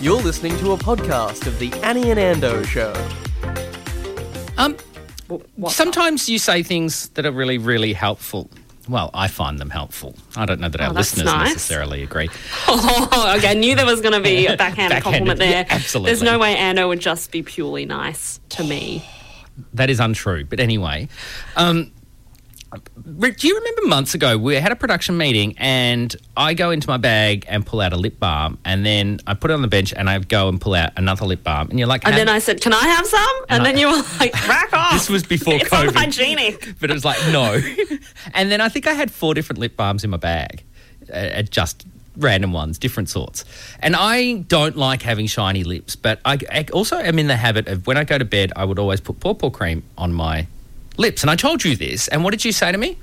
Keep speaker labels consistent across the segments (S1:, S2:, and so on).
S1: You're listening to a podcast of the Annie and Ando show.
S2: Um,
S3: What?
S2: sometimes you say things that are really, really helpful. Well, I find them helpful. I don't know that our
S3: Oh, that's
S2: listeners
S3: nice.
S2: necessarily agree.
S3: Oh, okay. I knew there was going to be a backhanded,
S2: Backhanded,
S3: compliment
S2: yeah,
S3: there.
S2: absolutely.
S3: There's no way Anna would just be purely nice to me.
S2: That is untrue. But anyway, um, Rick, do you remember months ago we had a production meeting and I go into my bag and pull out a lip balm and then I put it on the bench and I go and pull out another lip balm and you're like,
S3: And
S2: "Ann,
S3: then I said, "Can I have some?" And,
S2: And I-
S3: then you were like, "Rack off."
S2: This was before
S3: it's
S2: COVID.
S3: Unhygienic.
S2: but it was like no. and then I think I had four different lip balms in my bag, uh, just random ones, different sorts. And I don't like having shiny lips, but I, I also am in the habit of when I go to bed, I would always put pawpaw cream on my lips. And I told you this. And what did you say to me?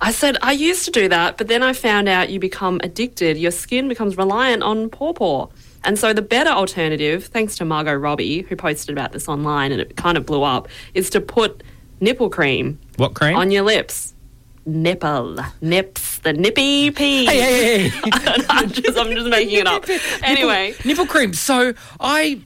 S3: I said I used to do that, but then I found out you become addicted. Your skin becomes reliant on pawpaw. And so the better alternative, thanks to Margot Robbie, who posted about this online and it kind of blew up, is to put nipple cream
S2: What cream?
S3: on your lips. Nipple. Nips. The nippy pee.
S2: Hey, hey, hey.
S3: I'm, just, I'm just making it up. Anyway,
S2: nipple cream. So I,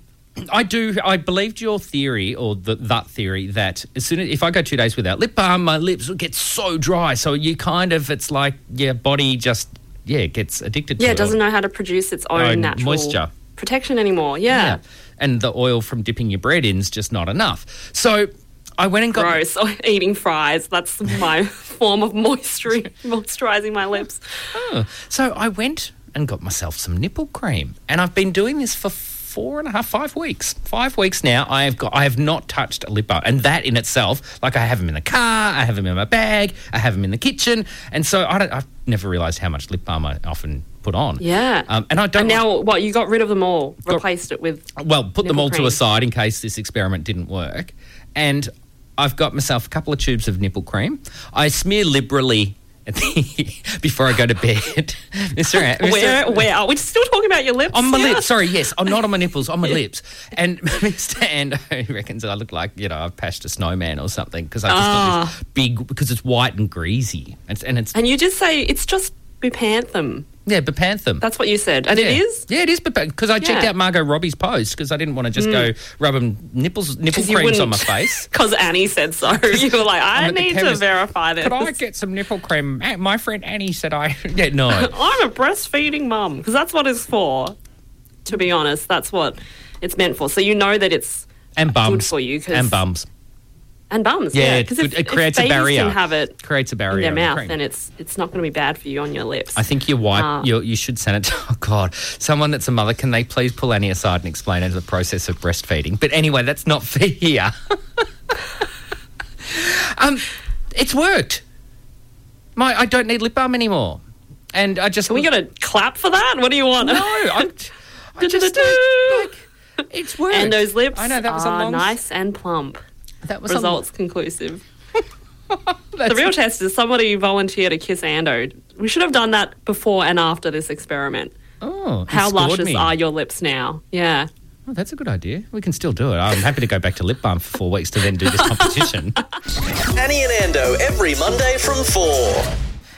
S2: I do. I believed your theory or the, that theory that as soon as if I go two days without lip balm, my lips will get so dry. So you kind of it's like your body just yeah gets addicted.
S3: yeah,
S2: to
S3: it doesn't know how to produce its own,
S2: Own
S3: natural
S2: moisture.
S3: protection anymore. Yeah.
S2: and the oil from dipping your bread in is just not enough. So I went and got
S3: Gross. Or eating fries. That's my form of moisturizing, moisturizing my lips.
S2: Oh. So I went and got myself some nipple cream, and I've been doing this for four and a half, five weeks. Five weeks now. I have got. I have not touched a lip balm, and that in itself, like I have them in the car, I have them in my bag, I have them in the kitchen, and so I don't. I've never realised how much lip balm I often put on.
S3: Yeah.
S2: Um, and I don't.
S3: and
S2: like-
S3: now, what, you got rid of them all, replaced it with.
S2: well, put them
S3: Nipple
S2: all to
S3: cream.
S2: a side in case this experiment didn't work. And I've got myself a couple of tubes of nipple cream. I smear liberally at the- before I go to bed. Mr. An- Mr.
S3: Where, where are we still talking about your lips?
S2: On my
S3: yeah?
S2: lips, sorry, yes, oh, not on my nipples, on my lips. And Mr. Ando reckons that I look like, you know, I've patched a snowman or something because I just got this big, because it's white and greasy. It's, and it's,
S3: Ah. And you just say it's just bepanthem.
S2: yeah, Bepanthem.
S3: That's what you said, and
S2: yeah.
S3: it is
S2: Yeah, it is because I checked
S3: Yeah. Mm.
S2: out Margot Robbie's post because I didn't want to just go rubbing nipples, nipple
S3: because you
S2: creams
S3: wouldn't
S2: on my face.
S3: Because Annie said so. You were like, I
S2: I'm at the
S3: need to
S2: chemist.
S3: verify this.
S2: Could I get some nipple cream? Eh, My friend Annie said I. Yeah, no.
S3: I'm a breastfeeding mum because that's what it's for. To be honest, that's what it's meant for. So you know that it's
S2: And bums.
S3: for you 'cause-
S2: And bums.
S3: and bums.
S2: Yeah,
S3: Yeah,
S2: it
S3: because
S2: could- it creates a
S3: if babies
S2: barrier.
S3: Can have it
S2: Creates a barrier.
S3: in their
S2: with
S3: mouth,
S2: cream.
S3: then it's it's not going to be bad for you on your lips.
S2: I think you wipe.
S3: Ah.
S2: you, you should sanitize. Oh God! Someone that's a mother, can they please pull Annie aside and explain her the process of breastfeeding? But anyway, that's not for here. um, it's worked. My, I don't need lip balm anymore, and I just
S3: Can we got to clap for that? What do you want?
S2: no. I'm, I just
S3: Du-du-du-du.
S2: like, it's worked.
S3: and those lips
S2: I know that was a
S3: are
S2: long
S3: nice and plump.
S2: That was
S3: Results conclusive.
S2: A, that's
S3: The real test is somebody volunteer to kiss Ando. We should have done that before and after this experiment.
S2: Oh, you
S3: How
S2: scored
S3: luscious
S2: me.
S3: are your lips now? Yeah.
S2: Oh, that's a good idea. We can still do it. I'm happy to go back to lip balm for four weeks to then do this competition.
S1: Annie and Ando every Monday from 4.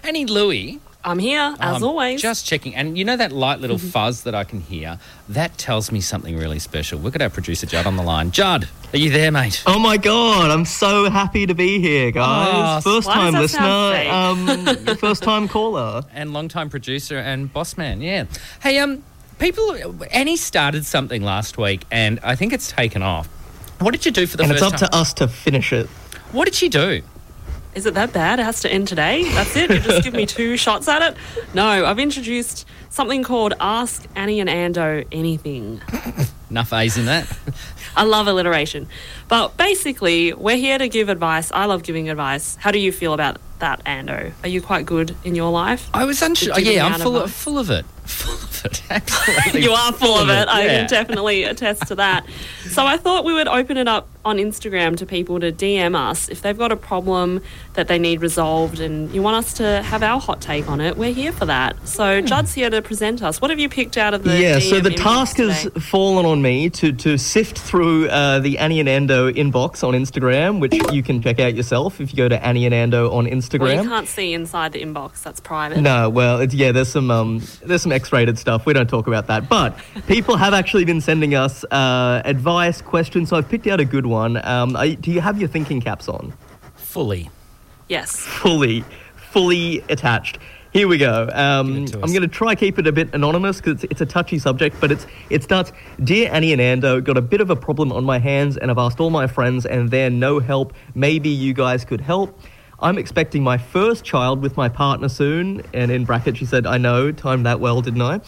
S2: Annie Louie,
S3: I'm here as
S2: um,
S3: always.
S2: just checking. And you know that light little fuzz that I can hear? That tells me something really special. Look at our producer Judd on the line. Judd, are you there, mate?
S4: Oh my god, I'm so happy to be here, guys.
S2: Oh,
S4: first
S3: Ah, why does
S4: time
S3: that sound
S4: listener, um, first time caller.
S2: And long-time producer and boss man. Yeah. Hey, um, people. Annie started something last week, and I think it's taken off. What did you do for the
S4: And it's
S2: first
S4: up
S2: time?
S4: to us to finish it.
S2: what did she do?
S3: Is it that bad? It has to end today. That's it. You just give me two shots at it. No, I've introduced something called Ask Annie and Ando Anything.
S2: Enough A's in that.
S3: I love alliteration. But basically, we're here to give advice. I love giving advice. How do you feel about that, Ando? Are you quite good in your life?
S2: I was unsure.
S3: giving
S2: Yeah, I'm
S3: out
S2: full of,
S3: advice.
S2: full of it. Full of it. Absolutely.
S3: You are full of it. I
S2: Yeah.
S3: can definitely attest to that. So I thought we would open it up on Instagram to people to DM us if they've got a problem that they need resolved and you want us to have our hot take on it. We're here for that. So Judd's here to present us. What have you picked out of the
S4: Hmm. yeah,
S3: DM
S4: so the
S3: inbox
S4: task has
S3: today?
S4: fallen on me to, to sift through uh, the Annie and Ando inbox on Instagram, which you can check out yourself if you go to Annie and Ando on Instagram.
S3: Well, you can't see inside the inbox. That's private.
S4: No, well, it's, yeah, there's some um, there's some X-rated stuff. We don't talk about that, but people have actually been sending us uh, advice, questions. So I've picked out a good one. Um, I, do you have your thinking caps on?
S2: Fully.
S3: Yes.
S4: Fully, fully attached. Here we go. Um,
S2: Give it to
S4: I'm
S2: us.
S4: going to try keep it a bit anonymous because it's, it's a touchy subject, but it's it starts. Dear Annie and Ando, got a bit of a problem on my hands, and I've asked all my friends, and they're no help. Maybe you guys could help. I'm expecting my first child with my partner soon, and in bracket she said, "I know, timed that well, didn't I?"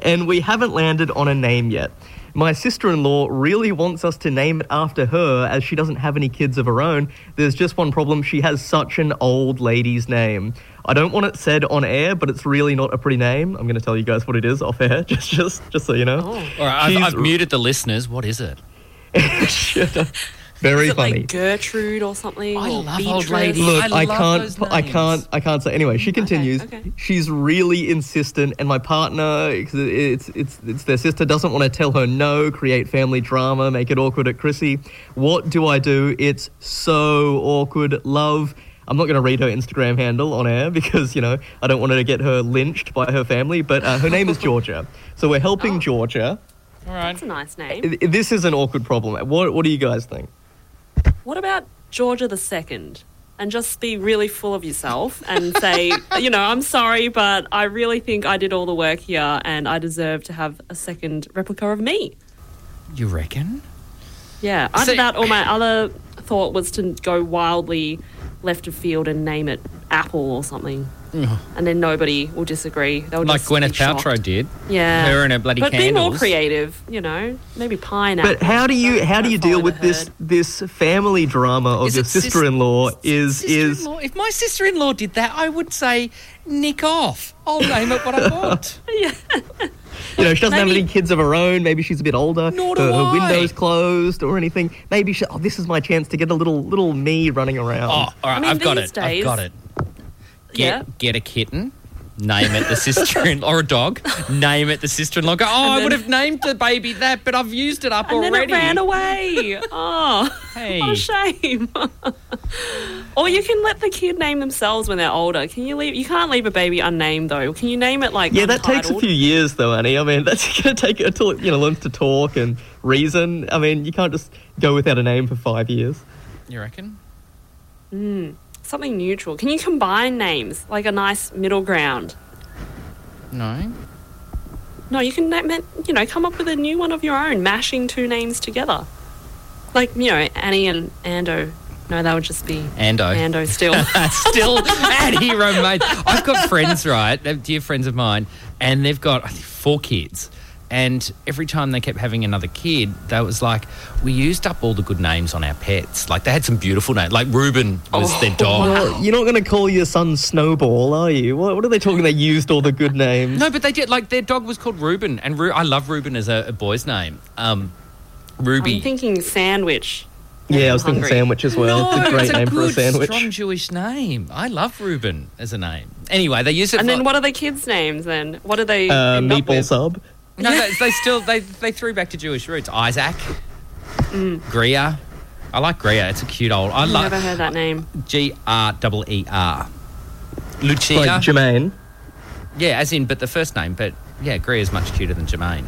S4: And we haven't landed on a name yet. My sister in law really wants us to name it after her as she doesn't have any kids of her own. There's just one problem she has such an old lady's name. I don't want it said on air, but it's really not a pretty name. I'm going to tell you guys what it is off air, just just just so you know.
S3: Oh.
S2: All right, I've,
S4: She's-
S2: I've muted the listeners. What is it?
S4: Very
S3: Is it
S4: funny.
S3: like Gertrude or something?
S2: I
S3: or
S2: love
S3: Beatrice?
S2: old ladies.
S4: Look,
S2: I
S4: I,
S2: love
S4: can't.
S2: those
S4: pu- I
S2: names.
S4: can't. I can't say. Anyway, she continues.
S3: okay.
S4: She's really insistent, and my partner, 'cause it- it's it's it's their sister, doesn't want to tell her no, create family drama, make it awkward at Chrissy. What do I do? It's so awkward. Love. I'm not going to read her Instagram handle on air because you know I don't want her to get her lynched by her family. But uh, her name is Georgia, so we're helping
S3: Oh.
S4: Georgia.
S2: All right.
S3: That's a nice name.
S4: I- This is an awkward problem. What what do you guys think?
S3: What about Georgia the second? And just be really full of yourself and say, you know, I'm sorry, but I really think I did all the work here and I deserve to have a second replica of me.
S2: You reckon?
S3: Yeah. Either
S2: See-
S3: that or my other thought was to go wildly left of field and name it Apple or something. And then nobody will disagree. They'll
S2: Like
S3: just be
S2: Gwyneth Paltrow
S3: shocked.
S2: did.
S3: Yeah.
S2: Her and her bloody
S3: But be more
S2: candles.
S3: creative, you know. Maybe pineapple.
S4: But how do you how do you
S3: Follow
S4: deal
S3: the
S4: with this
S3: herd.
S4: this family drama of
S2: Is
S4: your
S2: it sis-
S4: sister-in-law is is
S2: Sister-in-law- if my sister-in-law did that, I would say, "Nick off. I'll name it what I want."
S3: Yeah.
S4: you know she doesn't have
S3: Maybe-
S4: any kids of her own maybe she's a bit older
S2: Nor do
S4: her, her
S2: I.
S4: windows closed or anything maybe she, oh this is my chance to get a little little me running around
S2: Oh, all right.
S3: mean,
S2: have got it.
S3: these
S2: I've
S3: days-
S2: got it. Get
S3: Yeah.
S2: get a kitten. Name it the sister-in-law or a dog. Name it the sister-in-law. Go. Oh, I
S3: then-
S2: would have named the baby that, but I've used it up
S3: And then
S2: already.
S3: it ran away. Oh,
S2: Hey.
S3: what a shame. or you can let the kid name themselves when they're older. Can you leave? You can't leave a baby unnamed though. Can you name it like?
S4: yeah that takes a
S3: untitled?
S4: few years though Annie I mean that's gonna take until it, you know learns to talk and reason I mean you can't just go without a name for five years
S2: You reckon?
S3: Something neutral. Can you combine names like a nice middle ground?
S2: No.
S3: No, you can name it. You know, come up with a new one of your own, mashing two names together. Like you know, Annie and Ando. No, that would just be
S2: Ando.
S3: Ando still.
S2: still Annie Romaine. I've got friends, right? They're dear friends of mine, and they've got I think, four kids. And every time they kept having another kid, that was like, we used up all the good names on our pets. Like, they had some beautiful names. Like, Reuben was their dog.
S4: well you're not gonna call your son Snowball are you what, what are they talking they used all the good names
S2: No, but they did. Like, their dog was called Reuben. And Ru- I love Reuben as a, a boy's name. Um,
S3: I'm
S2: Ruby.
S3: thinking sandwich.
S4: yeah I was thinking
S3: Hungry.
S4: sandwich as well
S2: no,
S4: it's a great
S2: it's
S4: name for a
S2: good,
S4: sandwich
S2: strong Jewish name. I love Reuben as a name. Anyway, they use it.
S3: And
S2: for,
S3: then what are the kids' names then? What do they?
S4: uh,
S3: end up
S4: meatball
S3: with?
S4: sub.
S2: No, they, they still they they threw back to Jewish roots. Isaac, Greer. I like Greer. It's a cute old. I
S3: I've Mm. never
S2: like
S3: heard that name.
S2: G R E E R. Lucia.
S4: Like Jermaine.
S2: yeah, as in, but the first name. But yeah, Greer is much cuter than Jermaine.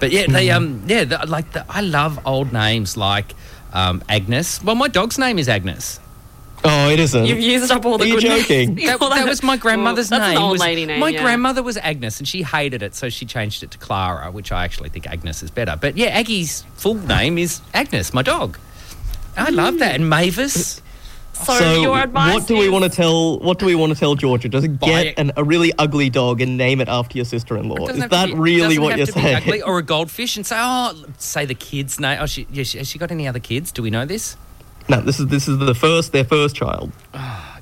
S2: But yeah, they
S3: Mm.
S2: um yeah the, like the, I love old names like um, Agnes. Well, my dog's name is Agnes.
S4: Oh, it isn't.
S3: You've used up all the
S4: Are you
S3: good names.
S4: joking?
S2: That,
S3: Well,
S2: that was my grandmother's
S3: well, that's
S2: name.
S3: an old
S2: was-
S3: lady name.
S2: my
S3: yeah.
S2: grandmother was Agnes, and she hated it, so she changed it to Clara, which I actually think Agnes is better. But yeah, Aggie's full name is Agnes, my dog. I love that. And Mavis,
S3: So, your advice
S4: what do we
S3: is-
S4: want to tell? What do we want to tell Georgia? Just
S2: Buy-
S4: get an, a really ugly dog and name it after your sister-in-law.
S2: doesn't
S4: Is
S2: have to
S4: that
S2: be-
S4: really
S2: doesn't
S4: what
S2: have
S4: you're
S2: to be
S4: saying?
S2: ugly, or a goldfish, and say, oh, say the kid's name. Oh, she, yeah, she, has she got any other kids? Do we know this?
S4: No, this is this is the first their first child.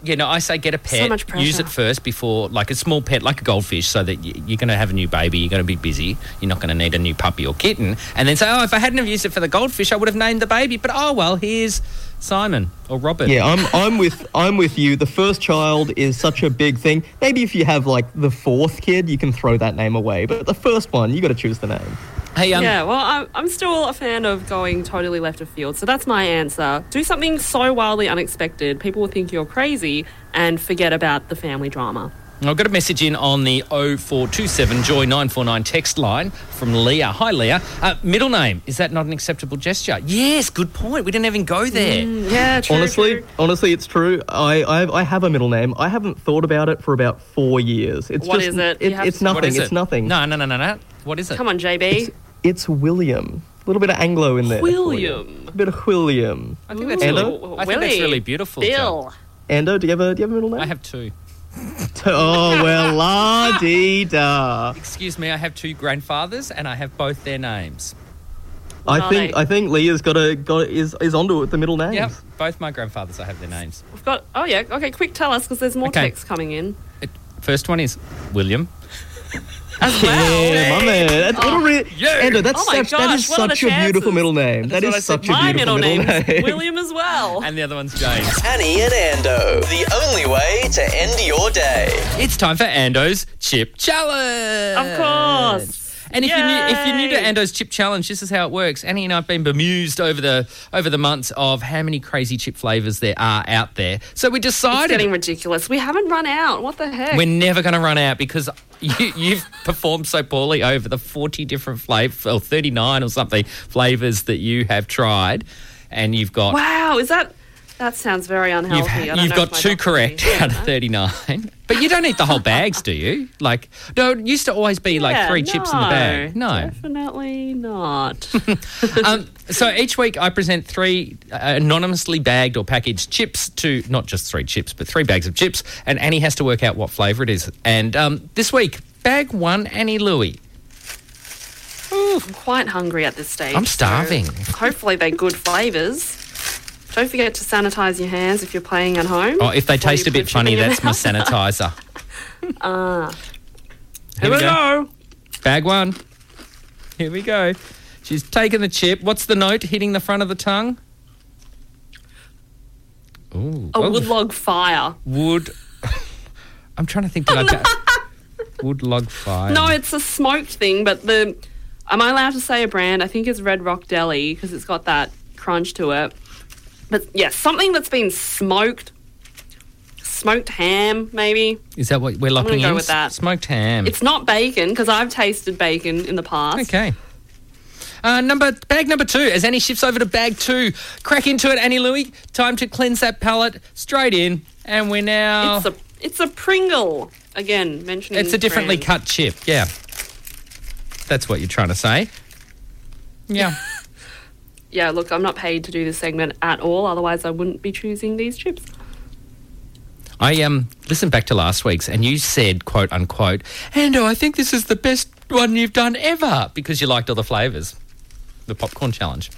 S2: yeah, no, I say get a pet.
S3: much
S2: use
S3: pressure.
S2: it first before, like a small pet, like a goldfish, so that y- you're going to have a new baby. You're going to be busy. You're not going to need a new puppy or kitten. And then say, oh, if I hadn't have used it for the goldfish, I would have named the baby. But oh well, here's Simon or Robert.
S4: Yeah, I'm I'm with I'm with you. The first child is such a big thing. Maybe if you have like the fourth kid, you can throw that name away. But the first one, you got to choose the name.
S2: Hey, um,
S3: yeah, well, I'm, I'm still a fan of going totally left of field, so that's my answer. Do something so wildly unexpected, people will think you're crazy and forget about the family drama.
S2: I've got a message in on the 0427 Joy 949 text line from Leah. Hi, Leah. Uh, middle name, is that not an acceptable gesture? Yes, good point. We didn't even go there.
S3: Yeah, true.
S4: Honestly, honestly, it's true. I I have, I have a middle name. I haven't thought about it for about four years. It's
S3: What
S4: just
S3: is it? You have
S4: it's
S3: to- What
S4: nothing.
S2: is
S4: It's
S2: it?
S4: nothing.
S2: No, no, no, no, no. What is it?
S3: Come on, JB.
S4: It's William. A little bit of Anglo in there. for you.
S3: William.
S4: A bit of William.
S2: I think that's
S4: Ooh,
S2: really, I think that's
S3: Willie.
S2: really beautiful. John.
S3: Bill.
S4: Ando, do you have a do you have a middle name?
S2: I have two.
S4: Oh well, la dee da.
S2: Excuse me, I have two grandfathers and I have both their names.
S4: I
S3: are
S4: think
S3: they?
S4: I think Leah's got a got is is onto it with the middle names.
S2: Yep, both my grandfathers I have their names.
S3: We've got. Oh yeah. Okay, quick, tell us because there's more
S2: Okay.
S3: text coming in.
S2: It- First one is William.
S3: As
S4: Yeah,
S3: well.
S4: my man. That's what a re-
S2: yeah.
S4: Ando, that's
S3: Oh my
S4: such, that is
S3: gosh, what are
S4: such
S3: the
S4: a beautiful
S3: chances?
S4: middle name.
S2: That's
S4: That
S2: what I
S4: is
S2: said.
S4: such a
S3: My middle
S4: beautiful
S3: name is
S4: name.
S3: William as well.
S2: And the other one's James.
S1: Annie and Ando, the only way to end your day.
S2: It's time for Ando's Chip Challenge.
S3: Of course.
S2: And if you're, new, if you're new to
S3: Yay.
S2: Ando's Chip Challenge, this is how it works. Annie and I have been bemused over the over the months of how many crazy chip flavors there are out there. So we
S3: It's
S2: decided
S3: getting ridiculous. We haven't run out. What the heck?
S2: we're never going to run out because you, you've performed so poorly over the 40 different flavors, or 39 or something flavors that you have tried. And you've got
S3: wow. Is that? That sounds very unhealthy.
S2: You've,
S3: I
S2: had,
S3: don't
S2: you've
S3: know if
S2: got
S3: my
S2: two
S3: doctor would be
S2: correct out of 39. But you don't eat the whole bags, do you? Like, no, it used to always be like
S3: Yeah,
S2: three chips in the bag.
S3: no,
S2: No.
S3: Definitely not.
S2: Um, so each week I present three uh, anonymously bagged or packaged chips to, not just three chips, but three bags of chips. And Annie has to work out what flavour it is. And um, this week, bag one, Annie Louie.
S3: I'm quite hungry at this stage.
S2: I'm
S3: so
S2: starving.
S3: hopefully they're good flavours. Don't forget to sanitise your hands if you're playing at home.
S2: Oh, if they
S3: before you
S2: taste a
S3: put
S2: bit
S3: chip
S2: funny,
S3: in your
S2: that's my
S3: mouth. Ah.
S2: sanitizer.
S3: Here we go.
S2: Bag one. Here we go. She's taking the chip. What's the note hitting the front of the tongue? Ooh.
S3: A
S2: Oh,
S3: woodlog fire.
S2: wood. I'm trying to think. Did I ta- wood log fire?
S3: No, it's a smoked thing, but the. Am I allowed to say a brand? I think it's Red Rock Deli because it's got that crunch to it. But yeah, something that's been smoked. Smoked ham, maybe.
S2: Is that what we're locking
S3: go
S2: in?
S3: with that.
S2: Smoked ham.
S3: It's not bacon because I've tasted bacon in the past.
S2: okay. Uh, number bag number two. As Annie shifts over to bag two, crack into it, Annie Louie. Time to cleanse that palate. Straight in, and we're now.
S3: It's a it's a Pringle. Again, mentioning
S2: It's a differently
S3: brand.
S2: cut chip, yeah. That's what you're trying to say. Yeah.
S3: Yeah, look, I'm not paid to do this segment at all. Otherwise, I wouldn't be choosing these chips.
S2: I um listened back to last week's and you said quote unquote, Ando, I think this is the best one you've done ever because you liked all the flavours. The popcorn challenge.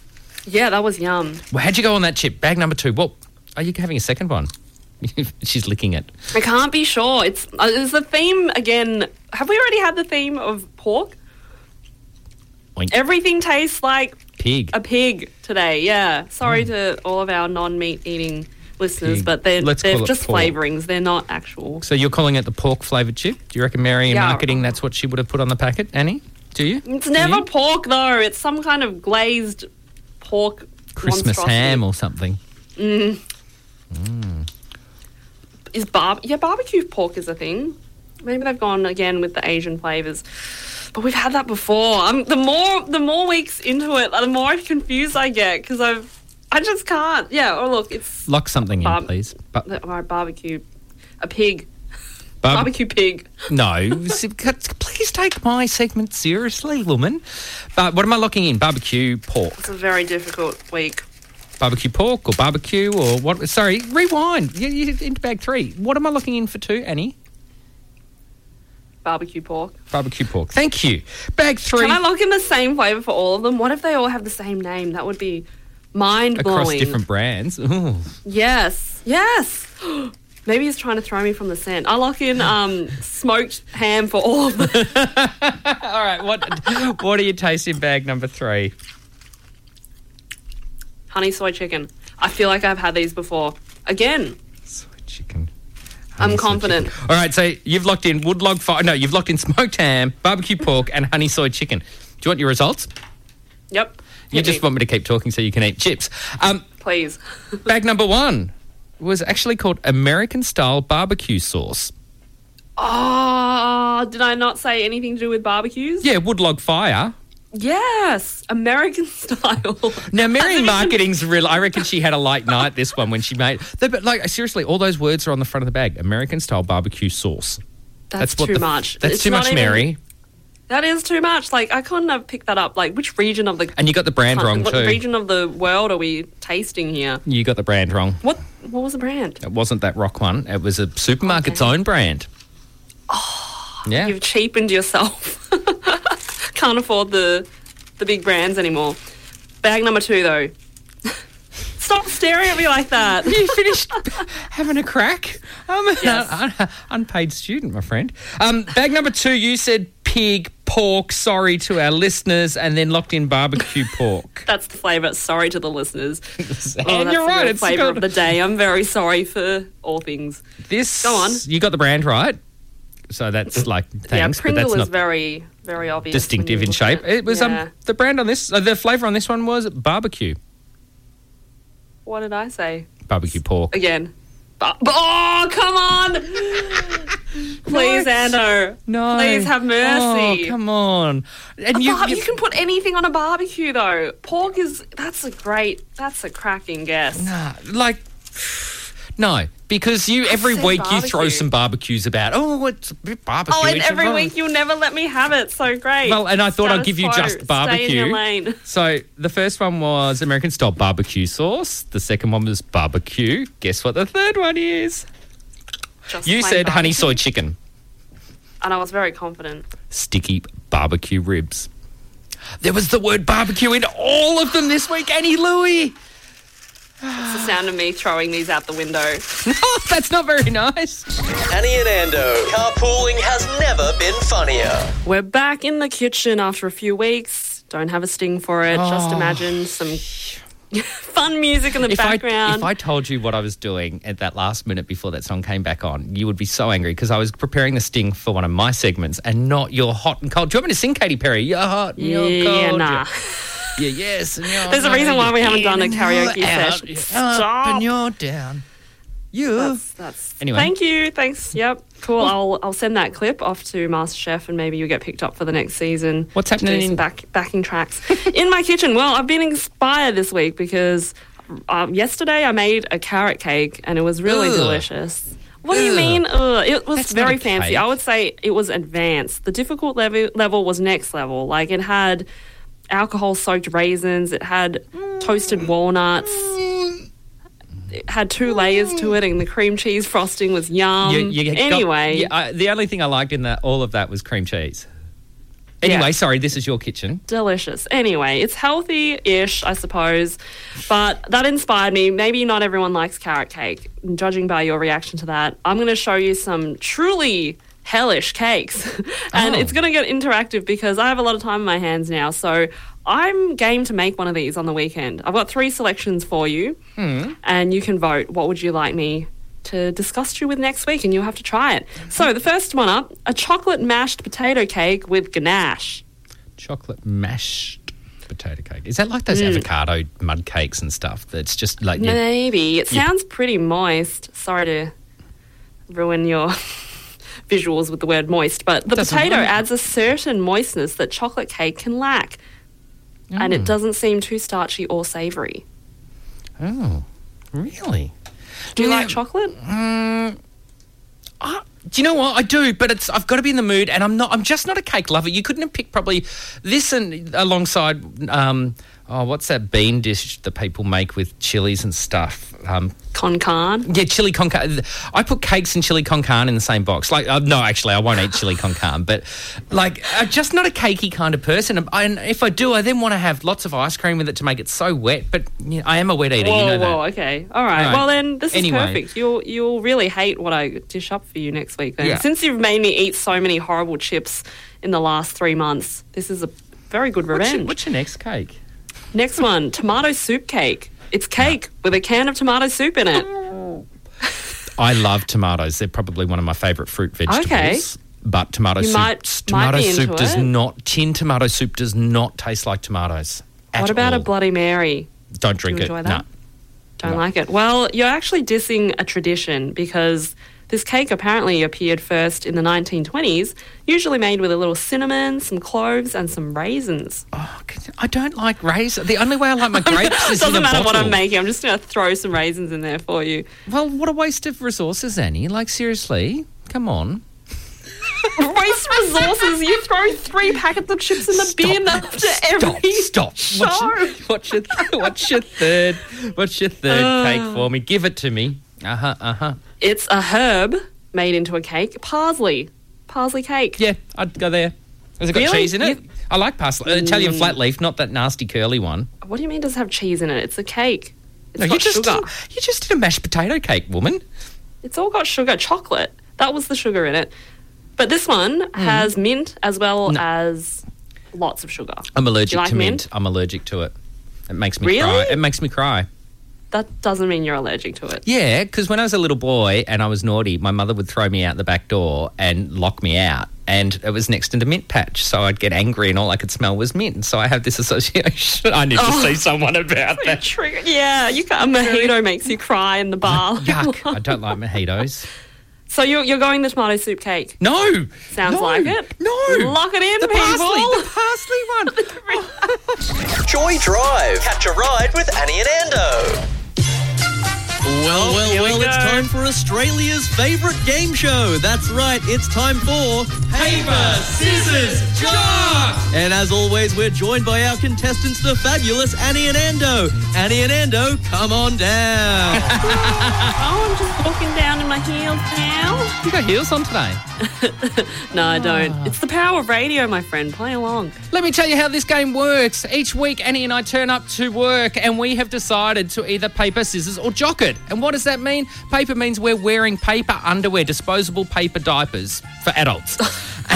S3: Yeah, that was yum.
S2: Well, how'd you go on that chip? Bag number two. Well, are you having a second one? She's licking it.
S3: I can't be sure. It's uh, is the theme again. Have we already had the theme of pork?
S2: Oink.
S3: Everything tastes like
S2: Pig.
S3: a pig today. Yeah. Sorry to all of our non-meat eating
S2: Hmm.
S3: listeners,
S2: Pig.
S3: but they're
S2: Let's
S3: they're
S2: call it
S3: just
S2: pork.
S3: flavorings. They're not actual.
S2: So you're calling it the pork flavoured chip? Do you reckon Mary in
S3: Yeah.
S2: marketing that's what she would have put on the packet, Annie? Do you?
S3: It's never
S2: Yeah.
S3: pork though. It's some kind of glazed pork.
S2: Christmas
S3: monstrosity.
S2: ham or something.
S3: is bar yeah barbecue pork is a thing. Maybe they've gone again with the Asian flavors, but we've had that before. Um, the more the more weeks into it, the more confused I get because I've I just can't. Yeah. Oh look, it's
S2: Lock something in,
S3: Barb-
S2: please. But
S3: the- my barbecue, a pig,
S2: barb-
S3: barbecue pig.
S2: No, se- please take my segment seriously, woman. But what am I locking in? Barbecue pork,
S3: It's a very difficult week.
S2: barbecue pork, or barbecue, or what? Sorry, rewind. You, you into bag three. What am I looking in for two, Annie?
S3: Barbecue pork.
S2: Barbecue pork. Thank you. Bag three
S3: Can I lock in the same flavor for all of them? What if they all have the same name? That would be mind
S2: across
S3: blowing.
S2: different brands. Ooh.
S3: Yes. Yes. Maybe he's trying to throw me from the scent. I lock in um, smoked ham for all of the
S2: All right, what what are you tasting bag number three?
S3: honey soy chicken. I feel like I've had these before. Again,
S2: Sweet chicken.
S3: I'm
S2: Honey soy
S3: confident.
S2: chicken. All right, so you've locked in woodlog fire. No, you've locked in smoked ham, barbecue pork, and honey soy chicken. Do you want your results?
S3: Yep.
S2: You
S3: Hit
S2: just
S3: me.
S2: want me to keep talking so you can eat chips. Um,
S3: Please.
S2: bag number one was actually called American style barbecue sauce.
S3: Oh, did I not say anything to do with barbecues?
S2: Yeah, woodlog fire.
S3: Yes, American style.
S2: Now, Mary
S3: American-
S2: Marketing's real. I reckon she had a light night this one when she made. they- But like seriously, all those words are on the front of the bag. American style barbecue sauce.
S3: That's,
S2: what
S3: too
S2: the-
S3: much.
S2: That's
S3: It's
S2: too
S3: not
S2: much,
S3: even-
S2: Mary.
S3: That is too much. Like I couldn't have picked that up. Like which region of the
S2: And you got the brand wrong
S3: what
S2: too.
S3: region of the world are we tasting here?
S2: You got the brand wrong.
S3: What what was the brand?
S2: It wasn't that rock one. It was a supermarket's own brand. yeah.
S3: Oh, You've cheapened yourself. Can't afford the the big brands anymore. Bag number two though. Stop staring at me like that.
S2: you finished having a crack? I'm an
S3: Yes.
S2: un- un- unpaid student, my friend. Um, bag number two, you said pig, pork, sorry to our listeners, and then locked in barbecue pork.
S3: That's the flavour. Sorry to the listeners. Oh,
S2: And
S3: that's
S2: you're
S3: the
S2: right,
S3: real
S2: it's
S3: flavour
S2: got-
S3: of the day. I'm very sorry for all things.
S2: This.
S3: Go on.
S2: You got the brand right. So that's like, thanks,
S3: yeah,
S2: but
S3: Pringle
S2: that's
S3: is
S2: not
S3: very very obvious. when
S2: distinctive
S3: you
S2: in
S3: look at
S2: shape. It was
S3: Yeah.
S2: um the brand on this, uh, the flavour on this one was barbecue,
S3: What did I say?
S2: barbecue pork.
S3: again. But, but- oh, come on! Please,
S2: No.
S3: Ando.
S2: No.
S3: Please have mercy.
S2: Oh, come on. And
S3: You, you can put anything on a barbecue, though. Pork is that's a great, that's a cracking guess.
S2: Nah, like no, because you every
S3: said
S2: week you throw
S3: barbecue.
S2: some barbecues about. Oh, it's a bit barbecue.
S3: Oh, and
S2: it's a
S3: every
S2: bar-"
S3: week you'll never let me have it. So great.
S2: Well, and I thought I'd give you
S3: Status
S2: just
S3: quo.
S2: barbecue.
S3: Stay in your lane.
S2: So the first one was American style barbecue sauce. The second one was barbecue. Guess what the third one is?
S3: Just
S2: You
S3: plain
S2: said honey
S3: barbecue.
S2: soy chicken,
S3: and I was very confident.
S2: sticky barbecue ribs. There was the word barbecue in all of them this week, Annie Louie.
S3: It's the sound of me throwing these out the window.
S2: Oh, that's not very nice.
S1: Annie and Ando, carpooling has never been funnier.
S3: We're back in the kitchen after a few weeks. Don't have a sting for it. Just
S2: Oh.
S3: imagine some fun music in the
S2: if I,
S3: background.
S2: if I told you what I was doing at that last minute before that song came back on, you would be so angry because I was preparing the sting for one of my segments and not your hot and cold. Do you want me to sing Katy Perry? You're hot and you're
S3: yeah,
S2: cold.
S3: nah.
S2: Yeah, yes. And you're
S3: There's a reason why we haven't done a
S2: in and
S3: karaoke
S2: you're out,
S3: session.
S2: you're Up
S3: Stop.
S2: and you're down. You.
S3: That's, that's
S2: Anyway.
S3: Thank you. Thanks. Yep. Cool. I'll I'll send that clip off to MasterChef and maybe you'll get picked up for the next season.
S2: What's
S3: to do
S2: happening
S3: some
S2: in-
S3: back, backing tracks in my kitchen? Well, I've been inspired this week because um, yesterday I made a carrot cake and it was really
S2: Ugh.
S3: delicious. What do you
S2: Ugh.
S3: mean? Ugh, it was
S2: That's not
S3: very
S2: a
S3: fancy.
S2: cake.
S3: I would say it was advanced. The difficult level level was next level. Like it had alcohol soaked raisins. It had
S2: Mm.
S3: toasted walnuts. It had two layers to it, and the cream cheese frosting was yum.
S2: You- you got-
S3: um, anyway,
S2: yeah, I, the only thing I liked in that all of that was cream cheese. Anyway,
S3: Yeah.
S2: sorry, this is your kitchen.
S3: delicious. Anyway, it's healthy ish, I suppose. But that inspired me. Maybe not everyone likes carrot cake. And Judging by your reaction to that, I'm going to show you some truly hellish cakes. and
S2: Oh.
S3: it's going to get interactive because I have a lot of time in my hands now. So I'm game to make one of these on the weekend. I've got three selections for you. And you can vote what would you like me to discuss you with next week, and you'll have to try it. So, the first one up a chocolate mashed potato cake with ganache.
S2: chocolate mashed potato cake. Is that like those
S3: Mm.
S2: avocado mud cakes and stuff? That's just like you-
S3: Maybe. It
S2: Yeah.
S3: sounds pretty moist. Sorry to ruin your visuals with the word moist, but the
S2: Doesn't
S3: potato
S2: matter.
S3: adds a certain moistness that chocolate cake can lack. And
S2: Mm.
S3: it doesn't seem too starchy or savory.
S2: oh, really?
S3: Do you
S2: Yeah.
S3: like chocolate?
S2: Ah, do you know what I do? But it's I've got to be in the mood, and I'm not. I'm just not a cake lover. You couldn't have picked probably this and alongside um, Oh, what's that bean dish that people make with chilies and stuff? Um,
S3: Con Carne.
S2: yeah, chili con carne. I put cakes and chili con carne in the same box. Like, uh, no, actually, I won't eat chili con carne, but like, I'm just not a cakey kind of person. And I- And if I do, I then want to have lots of ice cream with it to make it so wet. But you know, I am a wet eater,
S3: Whoa,
S2: you know that.
S3: whoa, okay. All right.
S2: All right.
S3: Well, then this
S2: Anyway.
S3: is perfect. You'll you'll really hate what I dish up for you next week. Then,
S2: Yeah.
S3: since you've made me eat so many horrible chips in the last three months, this is a very good
S2: What's
S3: revenge.
S2: your, what's your next cake?
S3: Next one, tomato soup cake. It's cake with a can of tomato soup in it.
S2: I love tomatoes. They're probably one of my favourite fruit vegetables.
S3: Okay.
S2: But tomato
S3: You
S2: soup,
S3: might-
S2: tomato
S3: might be
S2: soup
S3: into
S2: does
S3: it.
S2: not. Tin tomato soup does not taste like tomatoes. At
S3: what about
S2: all.
S3: a Bloody Mary?
S2: Don't drink
S3: enjoy
S2: it.
S3: that?
S2: No.
S3: Don't
S2: No.
S3: like it. Well, you're actually dissing a tradition because this cake apparently appeared first in the 1920s, usually made with a little cinnamon, some cloves, and some raisins.
S2: Oh, c- I don't like raisins. The only way I like my grapes
S3: It
S2: is in a
S3: doesn't matter what
S2: bottle.
S3: I'm making, I'm just going to throw some raisins in there for you.
S2: Well, what a waste of resources, Annie. Like seriously, come on.
S3: Waste resources. You throw three packets of chips in the bin after
S2: Stop!
S3: every.
S2: Stop! What's your, what's your what's your third what's your third cake for me? Give it to me. Uh huh. Uh huh.
S3: It's a herb made into a cake. Parsley. Parsley cake.
S2: Yeah, I'd go there. Has it got
S3: Really?
S2: cheese in it?
S3: You-
S2: I like parsley. Uh, Italian flat leaf, not that nasty curly one.
S3: What do you mean does it have cheese in it? It's a cake. It's
S2: No,
S3: got
S2: you just
S3: sugar.
S2: Did, you just did a mashed potato cake, woman.
S3: It's all got sugar. Chocolate. That was the sugar in it. But this one has mint as well as lots of sugar.
S2: I'm allergic
S3: You like
S2: to mint.
S3: mint?
S2: I'm allergic to it. It makes me
S3: Really?
S2: cry. It makes me cry.
S3: That doesn't mean you're allergic to it.
S2: Yeah, because when I was a little boy and I was naughty, my mother would throw me out the back door and lock me out. And it was next to the mint patch, so I'd get angry, and all I could smell was mint. So I have this association. I need
S3: Oh.
S2: to see someone about that.
S3: Trigger. Yeah, you can't. A mojito makes you cry in the bar.
S2: Yuck! I don't like mojitos.
S3: so you're, you're going the tomato soup cake.
S2: No.
S3: Sounds
S2: No.
S3: like it.
S2: No.
S3: Lock it in,
S2: the
S3: people.
S2: parsley. The parsley one.
S1: Joy Drive. Catch a ride with Annie and Ando.
S5: Well, well, well, it's time for Australia's favourite game show. That's right, it's time for Paper, Scissors, Chalk! And as always, we're joined by our contestants, the fabulous Annie and Ando. Annie and Ando, come on down.
S3: Oh, I'm just walking down in my heels now. Ah.
S2: You got heels on today.
S3: No, I don't. It's the power of radio, my friend. Play along.
S2: Let me tell you how this game works. Each week, Annie and I turn up to work, and we have decided to either paper, scissors, or jock it. And what does that mean? Paper means we're wearing paper underwear, disposable paper diapers for adults.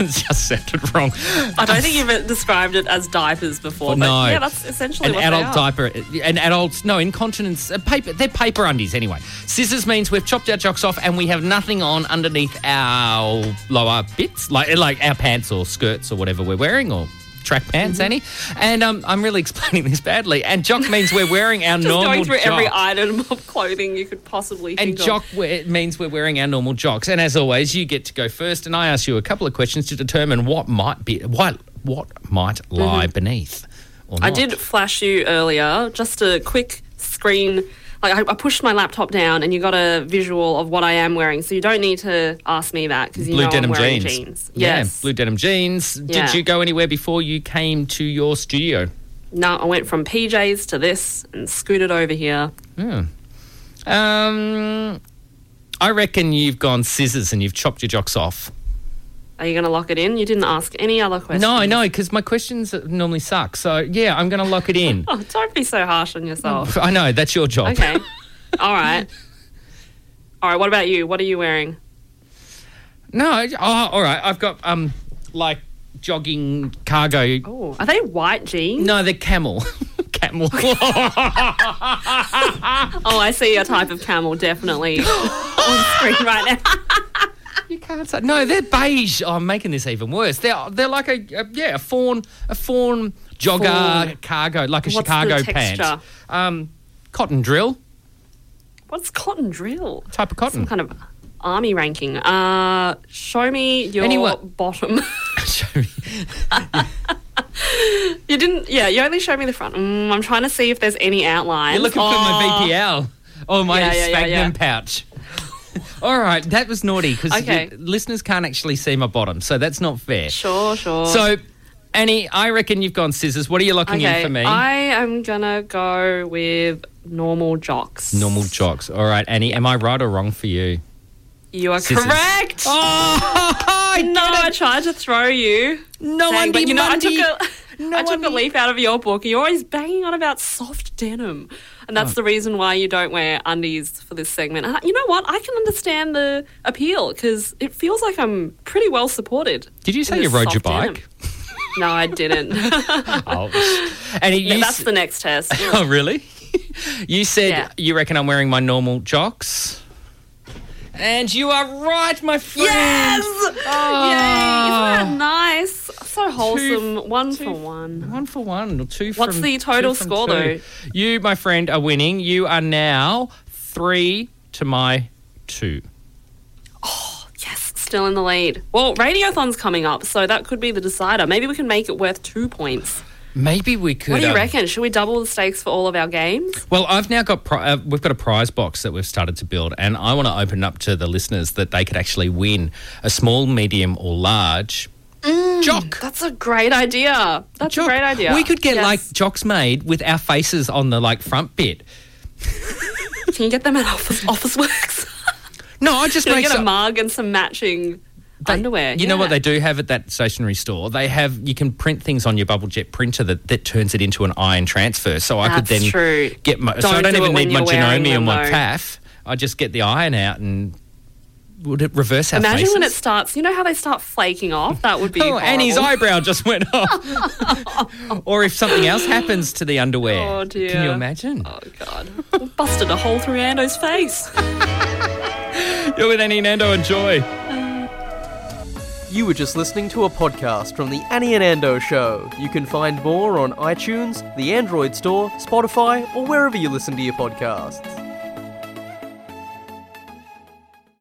S2: it just sounded wrong.
S3: I don't think you've described it as diapers before.
S2: Well,
S3: but
S2: no.
S3: Yeah, that's essentially
S2: An
S3: what they
S2: adult
S3: are.
S2: diaper, an adult, no, incontinence, uh, paper, they're paper undies anyway. Scissors means we've chopped our jocks off and we have nothing on underneath our lower bits, like like our pants or skirts or whatever we're wearing or track pants,
S3: Mm-hmm.
S2: Annie. And um, I'm really explaining this badly. And jock means we're wearing our
S3: Just
S2: normal
S3: going through every
S2: jock.
S3: item of clothing you could possibly
S2: And
S3: think
S2: jock
S3: of.
S2: wear- it means we're wearing our normal jocks. And as always, you get to go first, and I ask you a couple of questions to determine what might be what what might lie beneath. Or
S3: Mm-hmm. I
S2: not.
S3: did flash you earlier just a quick screen. Like I, I pushed my laptop down, and you got a visual of what I am wearing. So you don't need to ask me that because you
S2: blue
S3: know
S2: denim
S3: I'm wearing
S2: jeans.
S3: Yes.
S2: Yeah, blue denim jeans.
S3: Yeah.
S2: Did you go anywhere before you came to your studio?
S3: No, I went from PJs to this and scooted over here.
S2: Um, I reckon you've gone scissors and you've chopped your jocks off.
S3: Are you going to lock it in? You didn't ask any other questions.
S2: No, no, because my questions normally suck. So yeah, I'm going to lock it in.
S3: Oh, don't be so harsh on yourself.
S2: I know that's your job.
S3: Okay. All right. All right. What about you? What are you wearing?
S2: No. Oh, all right. I've got um, like jogging cargo.
S3: Oh, are they white jeans?
S2: No, they're camel. camel.
S3: Oh, I see your type of camel definitely on screen right now.
S2: You can't say no. They're beige. Oh, I'm making this even worse. They're they're like a, a yeah a fawn a fawn jogger
S3: Fawn.
S2: cargo like a
S3: What's
S2: Chicago
S3: the
S2: pant.
S3: texture?
S2: Um, cotton drill
S3: What's cotton drill?
S2: type of cotton.
S3: Some kind of army ranking. Uh, show me your
S2: Anyway-
S3: bottom. you didn't. Yeah, you only showed me the front. Mm, I'm trying to see if there's any outline.
S2: You're looking for my VPL or my
S3: Oh. Yeah, yeah, yeah,
S2: sphagnum
S3: yeah.
S2: pouch. All right, that was naughty because
S3: Okay.
S2: listeners can't actually see my bottom, so that's not fair.
S3: Oh, Sure, sure.
S2: So Annie, I reckon you've gone scissors. What are you locking in
S3: Okay,
S2: for me?
S3: I am gonna go with normal jocks.
S2: Normal jocks. All right, Annie, am I right or wrong for you?
S3: You are
S2: Scissors.
S3: correct.
S2: Oh,
S3: no, I tried to throw you.
S2: no
S3: Dang, but you know, I took a, I took a
S2: undy.
S3: leaf out of your book. You're always banging on about soft denim, and
S2: Oh.
S3: that's the reason why you don't wear undies for this segment. And I- you know what? I can understand the appeal because it feels like I'm pretty well supported.
S2: Did you
S3: in
S2: say you
S3: this
S2: rode your
S3: soft denim.
S2: bike?
S3: No, I didn't.
S2: Oh. Annie, you
S3: that's
S2: s-
S3: the next test.
S2: Oh, really? you said
S3: Yeah.
S2: you reckon I'm wearing my normal jocks? And you are right, my friend.
S3: Yes! Yay!
S2: Ah.
S3: Isn't that nice? So wholesome. one for one.
S2: One for one, or two
S3: What's
S2: from-
S3: the total
S2: two from
S3: score,
S2: two. You, my friend, are winning. You are now three to my two.
S3: Yes, still in the lead. Well, Radiothon's coming up, so that could be the decider. Maybe we can make it worth two points.
S2: Maybe we could.
S3: What do you
S2: um,
S3: reckon? Should we double the stakes for all of our games?
S2: Well, I've now got pri- uh, we've got a prize box that we've started to build, and I want to open up to the listeners that they could actually win a small, medium, or large jock.
S3: Mm. That's a great idea. That's
S2: jock.
S3: a great idea.
S2: We could get
S3: Yes.
S2: like jocks made with our faces on the like front bit.
S3: Can you get them at Office Office Works?
S2: No, I just
S3: Can we
S2: make
S3: get a
S2: some.
S3: mug and some matching underwear?
S2: You know what
S3: Yeah.
S2: they do have at that stationery store? They have you can print things on your bubble jet printer that, that turns it into an iron transfer. So I could
S3: That's
S2: then
S3: true.
S2: get my. so I
S3: Don't
S2: don't
S3: do
S2: even
S3: it when
S2: need my
S3: you're wearing
S2: genomium
S3: them,
S2: or
S3: though.
S2: TAF. I just get the iron out and would it reverse our
S3: Imagine
S2: faces?
S3: when it starts. You know how they start flaking off? That would be.
S2: Oh, Annie's
S3: horrible.
S2: eyebrow just went off. or if something else happens to the underwear.
S3: Oh, dear.
S2: Can you imagine?
S3: Oh God! Busted a hole through Ando's face.
S2: You're with Annie, Nando, and Joy.
S5: You were just listening to a podcast from the Annie and Ando Show. You can find more on iTunes, the Android Store, Spotify, or wherever you listen to your podcasts.